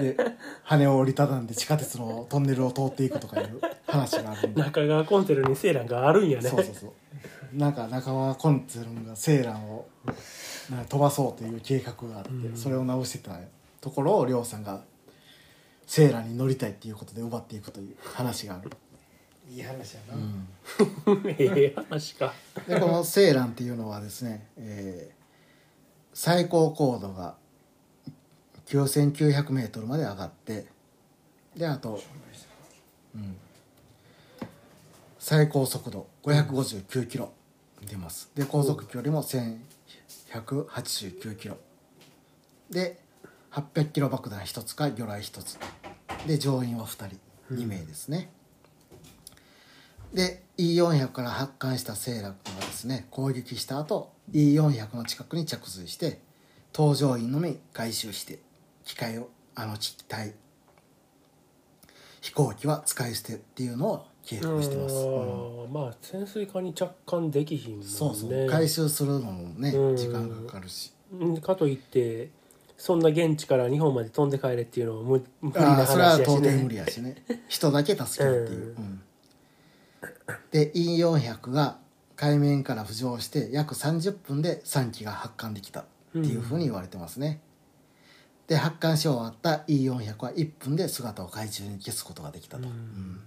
Speaker 1: で羽を折りたたんで地下鉄のトンネルを通っていくとかいう話があるんで
Speaker 3: 中川コンテルにセーランがあるんやね
Speaker 1: そうそうそうなんか中川コンツェルンがセーランをなんか飛ばそうという計画があって、
Speaker 3: うん
Speaker 1: それを直してたところを亮さんがセーランに乗りたいっていうことで奪っていくという話がある、
Speaker 2: いい話やな、
Speaker 3: ええ話か
Speaker 1: でこのセーランっていうのはですね、えー最高高度が 9900m まで上がってであと、うん、最高速度559キロ出ますで航続距離も1189キロで800キロ爆弾1つか魚雷1つで乗員は2人2名ですね、で E400 から発艦したセイラ君がですね攻撃した後 E400 の近くに着水して搭乗員のみ回収して機械をあの機体飛行機は使い捨てっていうのを計
Speaker 3: あ
Speaker 1: 画してます、うん
Speaker 3: ーまあ潜水艦に着艦できひんもんね
Speaker 1: そうそう回収するのもね
Speaker 3: うん
Speaker 1: 時間がかかるし
Speaker 3: うんかといってそんな現地から日本まで飛んで帰れっていうのも無無理
Speaker 1: あ
Speaker 3: な
Speaker 1: あそれは
Speaker 3: 話や
Speaker 1: 到
Speaker 3: し
Speaker 1: 底
Speaker 3: ね
Speaker 1: 無理やしね人だけ助けるっていう、
Speaker 3: う
Speaker 1: うんで E400 が海面から浮上して約30分で3機が発艦できたっていうふうに言われてますね、で発艦し終わった E400 は1分で姿を海中に消すことができたと、
Speaker 3: うん
Speaker 1: うん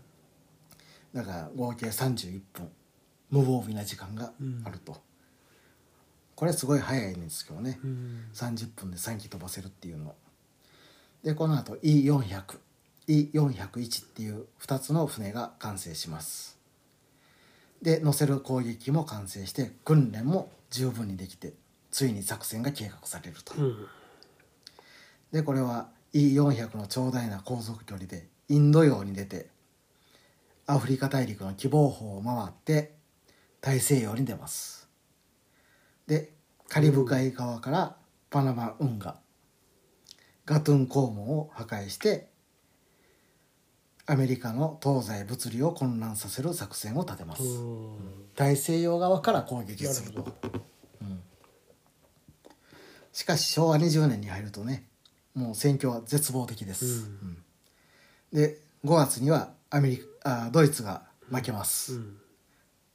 Speaker 1: だから合計31分無防備な時間があると、これすごい早いんですけどね、
Speaker 3: うん
Speaker 1: 30分で3機飛ばせるっていうのでこの後 E400401 っていう2つの船が完成しますで乗せる攻撃も完成して訓練も十分にできてついに作戦が計画されると、
Speaker 3: うん
Speaker 1: でこれは E400 の長大な航続距離でインド洋に出てアフリカ大陸の希望峰を回って大西洋に出ますでカリブ海側からパナマ運河ガトゥン港門を破壊してアメリカの東西物理を混乱させる作戦を立てます、
Speaker 3: うん
Speaker 1: 大西洋側から攻撃すると、うんしかし昭和20年に入るとねもう戦況は絶望的です、
Speaker 3: うん
Speaker 1: うんで5月にはアメリカあドイツが負けます、
Speaker 3: うん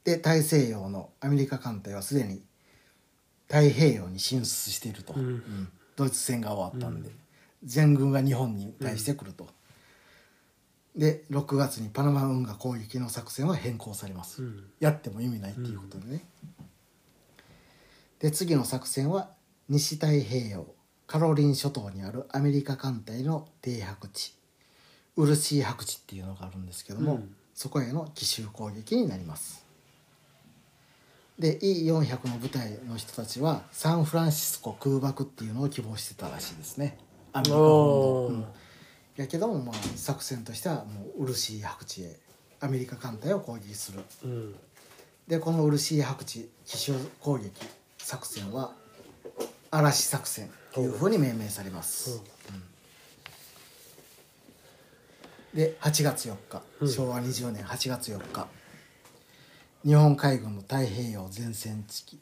Speaker 1: で大西洋のアメリカ艦隊はすでに太平洋に進出していると、
Speaker 3: うん
Speaker 1: うんドイツ戦が終わったんで、全軍が日本に対してくると、で6月にパナマ運河攻撃の作戦は変更されます、
Speaker 3: うん
Speaker 1: やっても意味ないっていうことでね、で次の作戦は西太平洋カロリン諸島にあるアメリカ艦隊の停泊地ウルシー白地っていうのがあるんですけども、
Speaker 3: うん
Speaker 1: そこへの奇襲攻撃になりますで E400 の部隊の人たちはサンフランシスコ空爆っていうのを希望してたらしいですねアメリカ本土、
Speaker 3: おー
Speaker 1: うんやけども、まあ、作戦としてはもうウルシー白地へアメリカ艦隊を攻撃する
Speaker 3: うん
Speaker 1: でこの漆白地奇襲攻撃作戦は嵐作戦というふうに命名されます、で8月4日、
Speaker 3: うん
Speaker 1: 昭和20年8月4日日本海軍の太平洋前線地基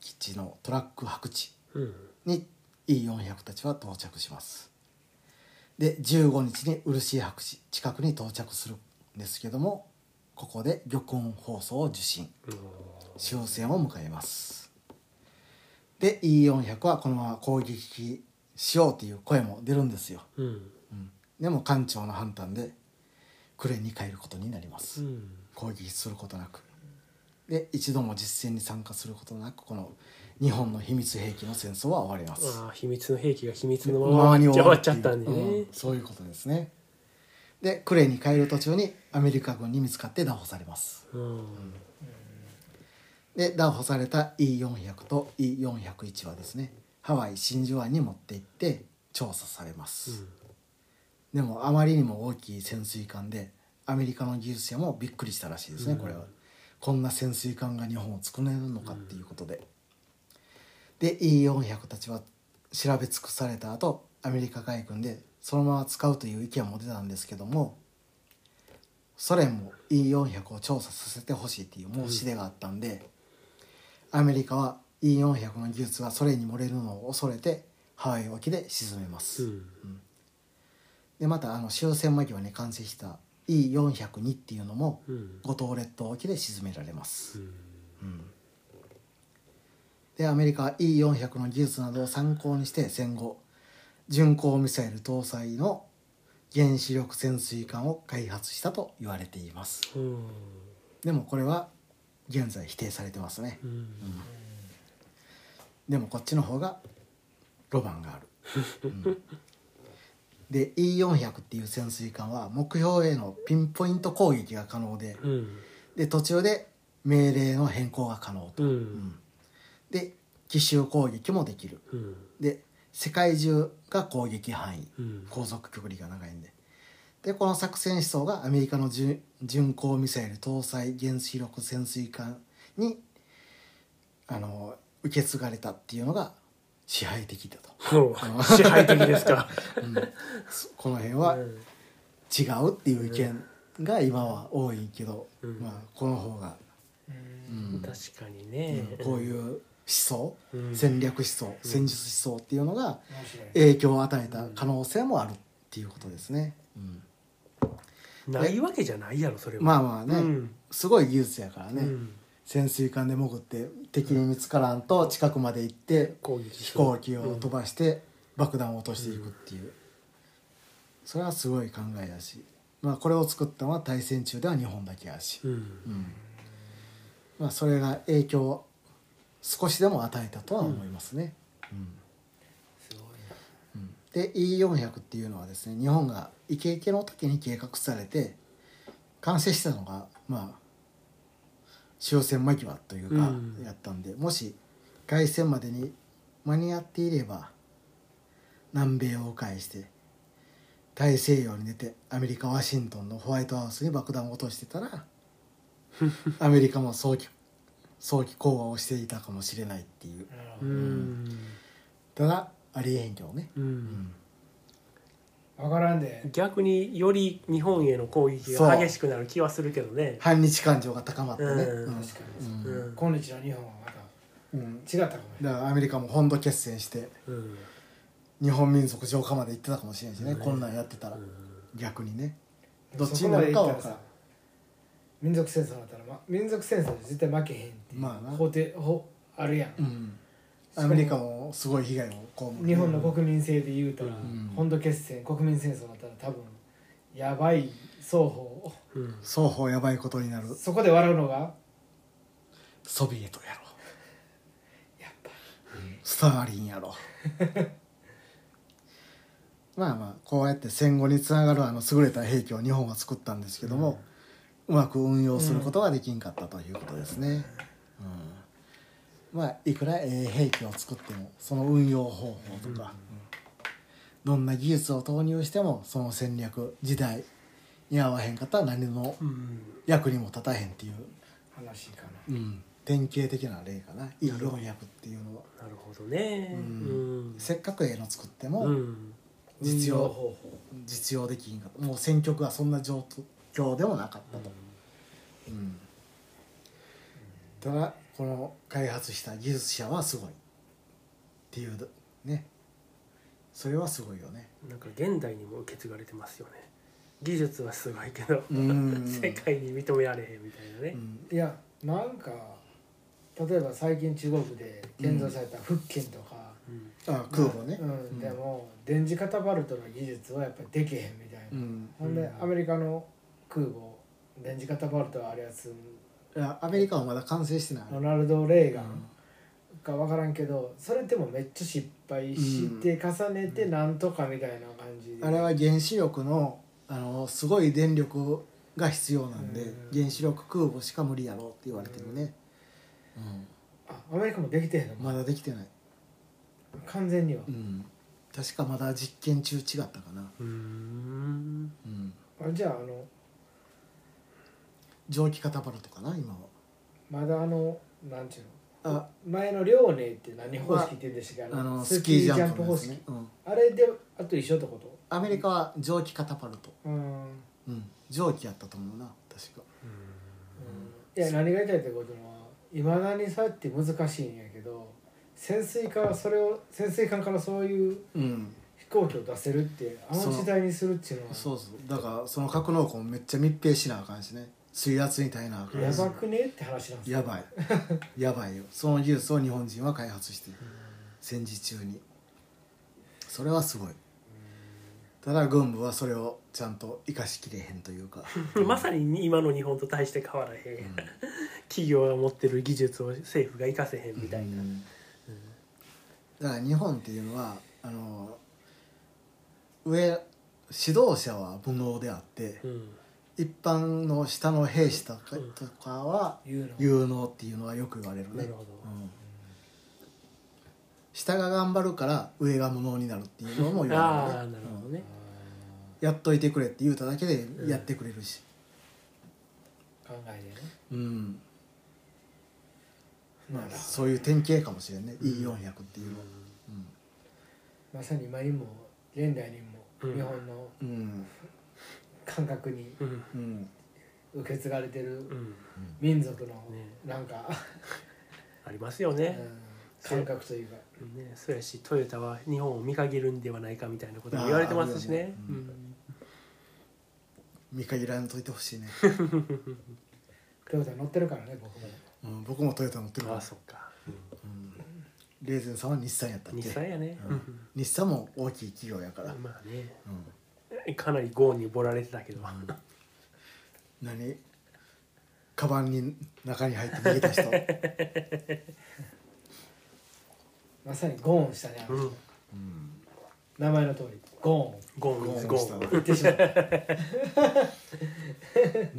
Speaker 1: 基地のトラック白地
Speaker 3: うん
Speaker 1: に E400 たちは到着しますで15日に漆白地近くに到着するんですけどもここで玉音放送を受信終戦を迎えますで E400 はこのまま攻撃しようという声も出るんですよ、
Speaker 3: うん
Speaker 1: うんでも艦長の判断でクレーンに帰ることになりま
Speaker 3: う
Speaker 1: す、
Speaker 3: ん
Speaker 1: 攻撃することなくで一度も実戦に参加することなくこの日本の秘密兵器の戦争は終わります
Speaker 3: ああ秘密の兵器が秘密の
Speaker 1: ま
Speaker 3: まま
Speaker 1: に
Speaker 3: じ
Speaker 1: 終
Speaker 3: ゃ終
Speaker 1: わ
Speaker 3: わ
Speaker 1: る
Speaker 3: っちゃったん
Speaker 1: て
Speaker 3: で
Speaker 1: いう
Speaker 3: ね
Speaker 1: うんそういうことですねでクレーンに帰る途中にアメリカ軍に見つかって拿捕されます
Speaker 3: うん
Speaker 1: で拿捕された E400 と E401 はですねハワイ真珠湾に持って行って調査されます、でもあまりにも大きい潜水艦でアメリカの技術者もびっくりしたらしいですね、これはこんな潜水艦が日本を作れるのかっていうことで、で E400 たちは調べ尽くされた後アメリカ海軍でそのまま使うという意見も出たんですけどもソ連も E400 を調査させてほしいっていう申し出があったんで、アメリカは E400 の技術がソ連に漏れるのを恐れてハワイ沖で沈めます、
Speaker 3: うん
Speaker 1: でまたあの終戦間際に完成した E402 っていうのも
Speaker 3: うん
Speaker 1: 五島列島沖で沈められます、
Speaker 3: うん
Speaker 1: でアメリカは E400 の技術などを参考にして戦後巡航ミサイル搭載の原子力潜水艦を開発したと言われています
Speaker 3: うん
Speaker 1: でもこれは現在否定されてますね
Speaker 3: うん
Speaker 1: でもこっちの方がロマンがある、 *laughs* うんで E400 っていう潜水艦は目標へのピンポイント攻撃が可能で
Speaker 3: うん
Speaker 1: で途中で命令の変更が可能と、
Speaker 3: う
Speaker 1: うんんで奇襲攻撃もできる
Speaker 3: うん
Speaker 1: で世界中が攻撃範囲
Speaker 3: うん
Speaker 1: 航続距離が長いんででこの作戦思想がアメリカの巡巡航ミサイル搭載原子力潜水艦にあの受け継がれたっていうのが支配的だと、
Speaker 3: ほう支配的です *laughs* か
Speaker 1: うんそこの辺は
Speaker 3: うん
Speaker 1: 違うっていう意見が今は多いけど、
Speaker 3: うん
Speaker 1: まあこの方が、うん
Speaker 3: 確かにね
Speaker 1: うんこういう想、
Speaker 3: うん
Speaker 1: 戦略思想戦術思想っていうのが
Speaker 2: 面白い
Speaker 1: 影響を与えた可能性もあるっていうことですね、うん
Speaker 3: ないわけじゃないやろそれは
Speaker 1: まあまあね、
Speaker 3: うん
Speaker 1: すごい技術やからね、
Speaker 3: うん
Speaker 1: 潜水艦で潜って敵に見つからんと近くまで行って
Speaker 3: 攻撃
Speaker 1: 飛
Speaker 3: する
Speaker 1: 行機を飛ばして爆弾を落としていくっていうそれはすごい考えだし、まあ、これを作ったのは大戦中では日本だけやし、
Speaker 3: うん
Speaker 1: うんまあ、それが影響を少しでも与えたとは思いますね。うん
Speaker 3: すごい
Speaker 1: うんで E400 っていうのはですね日本がイケイケの時に計画されて完成したのがまあ終戦間際というか
Speaker 3: うん
Speaker 1: やったんで、もし凱旋までに間に合っていれば南米を迂回して大西洋に出てアメリカ・ワシントンのホワイトハウスに爆弾を落としてた
Speaker 3: *laughs*
Speaker 1: らアメリカも早期早期講和をしていたかもしれないっていう
Speaker 2: なるほ
Speaker 3: う
Speaker 2: ど
Speaker 3: ん
Speaker 1: ただありえへんけどね。
Speaker 3: うん
Speaker 1: うん
Speaker 2: わからんで
Speaker 3: 逆により日本への攻撃が激しくなる気はするけどね
Speaker 1: 反日感情が高まってね、
Speaker 3: うん
Speaker 1: うん
Speaker 2: 確かに
Speaker 1: う
Speaker 3: うんん
Speaker 2: 今日の日本はまた
Speaker 1: うん
Speaker 2: 違ったかもね
Speaker 1: だからアメリカも本土決戦して
Speaker 3: うん
Speaker 1: 日本民族浄化まで行ってたかもしれないしね、
Speaker 3: うん
Speaker 1: こんなんやってたら、
Speaker 3: うん
Speaker 1: 逆にね
Speaker 2: でも
Speaker 1: どっちになるかは分か
Speaker 2: そこまで行った
Speaker 1: らん
Speaker 2: らさ民族戦争だったら、ま、民族戦争で絶対負けへんっていう
Speaker 1: まあな
Speaker 2: 法廷法あるやん、
Speaker 1: うん
Speaker 2: そう
Speaker 1: アメリカもすごい被害を被る、
Speaker 2: 日本の国民性で言うたら、
Speaker 1: ん
Speaker 2: 本土決戦国民戦争だったら多分やばい双方
Speaker 3: うん
Speaker 1: 双方やばいことになる
Speaker 2: そこで笑うのが
Speaker 1: ソビエトやろ
Speaker 2: やっぱ
Speaker 1: スターリンやろ *laughs* まあまあこうやって戦後につながるあの優れた兵器を日本は作ったんですけども、うまく運用することができんかったということですね、うんまあいくらええ兵器を作ってもその運用方法とか、どんな技術を投入してもその戦略時代に合わへんかったら何の
Speaker 3: うん
Speaker 1: 役にも立たへんっていう、
Speaker 2: 話かな
Speaker 1: うん典型的な例かな E400 っていうのは。
Speaker 3: なるほどね
Speaker 1: う
Speaker 3: うんん
Speaker 1: せっかくええの作っても、
Speaker 3: うん
Speaker 1: 実
Speaker 2: 運用
Speaker 1: 用
Speaker 2: 方法
Speaker 1: 実用できんかったもう選曲はそんな状況でもなかったと、うんただこの開発した技術者はすごいっていうねそれはすごいよね
Speaker 3: なんか現代にも受け継がれてますよね技術はすごいけど
Speaker 1: うん
Speaker 3: *laughs* 世界に認められへんみたいな
Speaker 1: う
Speaker 3: ね
Speaker 1: ん
Speaker 2: いやなんか例えば最近中国で建造された福建とか、
Speaker 3: うん
Speaker 1: あ空母ね
Speaker 2: うんでも電磁カタパルトの技術はやっぱりできへんみたいな、
Speaker 1: うん、
Speaker 2: ほんで
Speaker 3: うん
Speaker 2: アメリカの空母電磁カタパルトあるやつ
Speaker 1: いやアメリカはまだ完成してない、
Speaker 2: ロナルド・レーガ
Speaker 1: うん
Speaker 2: ンか分からんけどそれでもめっちゃ失敗して重ねてなんとかみたいな感じで
Speaker 1: あれは原子力のあのすごい電力が必要なんで
Speaker 2: うん
Speaker 1: 原子力空母しか無理やろって言われてるね、
Speaker 2: あアメリカもできてへんの
Speaker 1: うんまだできてない、
Speaker 2: 完全には
Speaker 1: う、ん、確かまだ実験中違ったかな、
Speaker 3: うん
Speaker 1: うん、
Speaker 2: あじゃああの
Speaker 1: 蒸気カタパルトかな今は
Speaker 2: まだあのなんちゅうの
Speaker 1: あ
Speaker 2: 前の遼寧って何方式って言うんでしたっけ
Speaker 1: あのスキージャンプのやつね、うん、
Speaker 2: あれであと一緒ってこと
Speaker 1: アメリカは蒸気カタパルト、
Speaker 2: うん
Speaker 1: うん、蒸気やったと思うな確か
Speaker 2: いや何が言いたいってことはいまだにそうやって難しいんやけど潜水艦はそれを潜水艦からそういう
Speaker 1: うん
Speaker 2: 飛行機を出せるってあの時代にするっていうのは
Speaker 1: そうそうだからその格納庫もめっちゃ密閉しなあかんしね水圧に耐えなあかんし
Speaker 2: やばくねって話なんです
Speaker 1: や
Speaker 2: よ
Speaker 1: ばいやばいよその技術を日本人は開発している戦時中にそれはすごいただ軍部はそれをちゃんと生かしきれへんというか
Speaker 3: うんまさに今の日本と大して変わらへん、企業が持ってる技術を政府が活かせへんみたいな、
Speaker 1: うんだから日本っていうのはあの上指導者は無能であって
Speaker 3: うん
Speaker 1: 一般の下の兵士とか
Speaker 3: うん
Speaker 1: とかは
Speaker 2: 言うの
Speaker 1: 有能っていうのはよく言われるね
Speaker 3: なるほど、
Speaker 1: うん下が頑張るから上が無能になるっていうのも言わ
Speaker 3: ああ
Speaker 1: れる
Speaker 3: ー
Speaker 1: ね
Speaker 3: なるほ
Speaker 1: う
Speaker 3: ど
Speaker 1: ん
Speaker 3: ね、
Speaker 1: やっといてくれって言うただけでやってくれるし、
Speaker 2: 考えでね
Speaker 1: うん
Speaker 2: まあ
Speaker 1: そういう典型かもしれんね、
Speaker 3: う
Speaker 1: E400
Speaker 3: ん
Speaker 1: っていうのは
Speaker 2: まさに今にも現代にも
Speaker 3: うん
Speaker 2: 日本の
Speaker 1: うんうん
Speaker 2: 感覚に
Speaker 3: うん
Speaker 1: うん
Speaker 2: 受け継がれてる
Speaker 3: うん
Speaker 2: 民族の
Speaker 3: ね
Speaker 2: なんか、
Speaker 3: ありますよね、
Speaker 2: うん
Speaker 4: 感覚というか
Speaker 3: ね、そうやしトヨタは日本を見限るんではないかみたいなことも言われてますしね
Speaker 1: あーあるよねうん
Speaker 3: うん
Speaker 1: 見限らんといてほしいね、
Speaker 2: トヨタ乗ってるからね僕も
Speaker 1: うん、僕もトヨタ乗ってるか
Speaker 3: ああ
Speaker 1: ら
Speaker 3: そっか
Speaker 1: レーゼンさんは日産やったっけ
Speaker 3: 日産やね、
Speaker 1: うん日産も大きい企業やから、うん、
Speaker 3: まあねかなり豪雨にぼられてたけど、
Speaker 1: 何カバンに中に入って逃げた
Speaker 3: *laughs*
Speaker 1: 人
Speaker 2: まさにゴーンしたね、あの人
Speaker 3: うん
Speaker 2: 名前の通りゴーン
Speaker 3: ゴーン
Speaker 1: ゴ
Speaker 3: ゴ
Speaker 1: ー
Speaker 3: ーン
Speaker 1: ンしたら
Speaker 2: 言ってしまった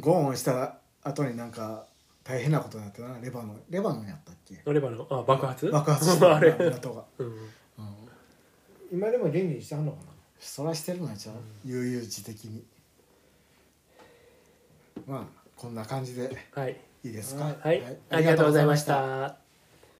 Speaker 1: ゴーンした後になんか大変なことになってなレバノンレバノンやったっけ
Speaker 3: レバノンあ爆発
Speaker 1: 爆発した
Speaker 3: *laughs* あれ、
Speaker 1: 港が、
Speaker 3: うん、
Speaker 1: うん、
Speaker 2: 今でも元気にしてはんのかな
Speaker 1: そらしてるのちゃう、悠々自適にまあこんな感じで
Speaker 3: はい
Speaker 1: いいですか
Speaker 2: はい
Speaker 3: はい、ありがとうございました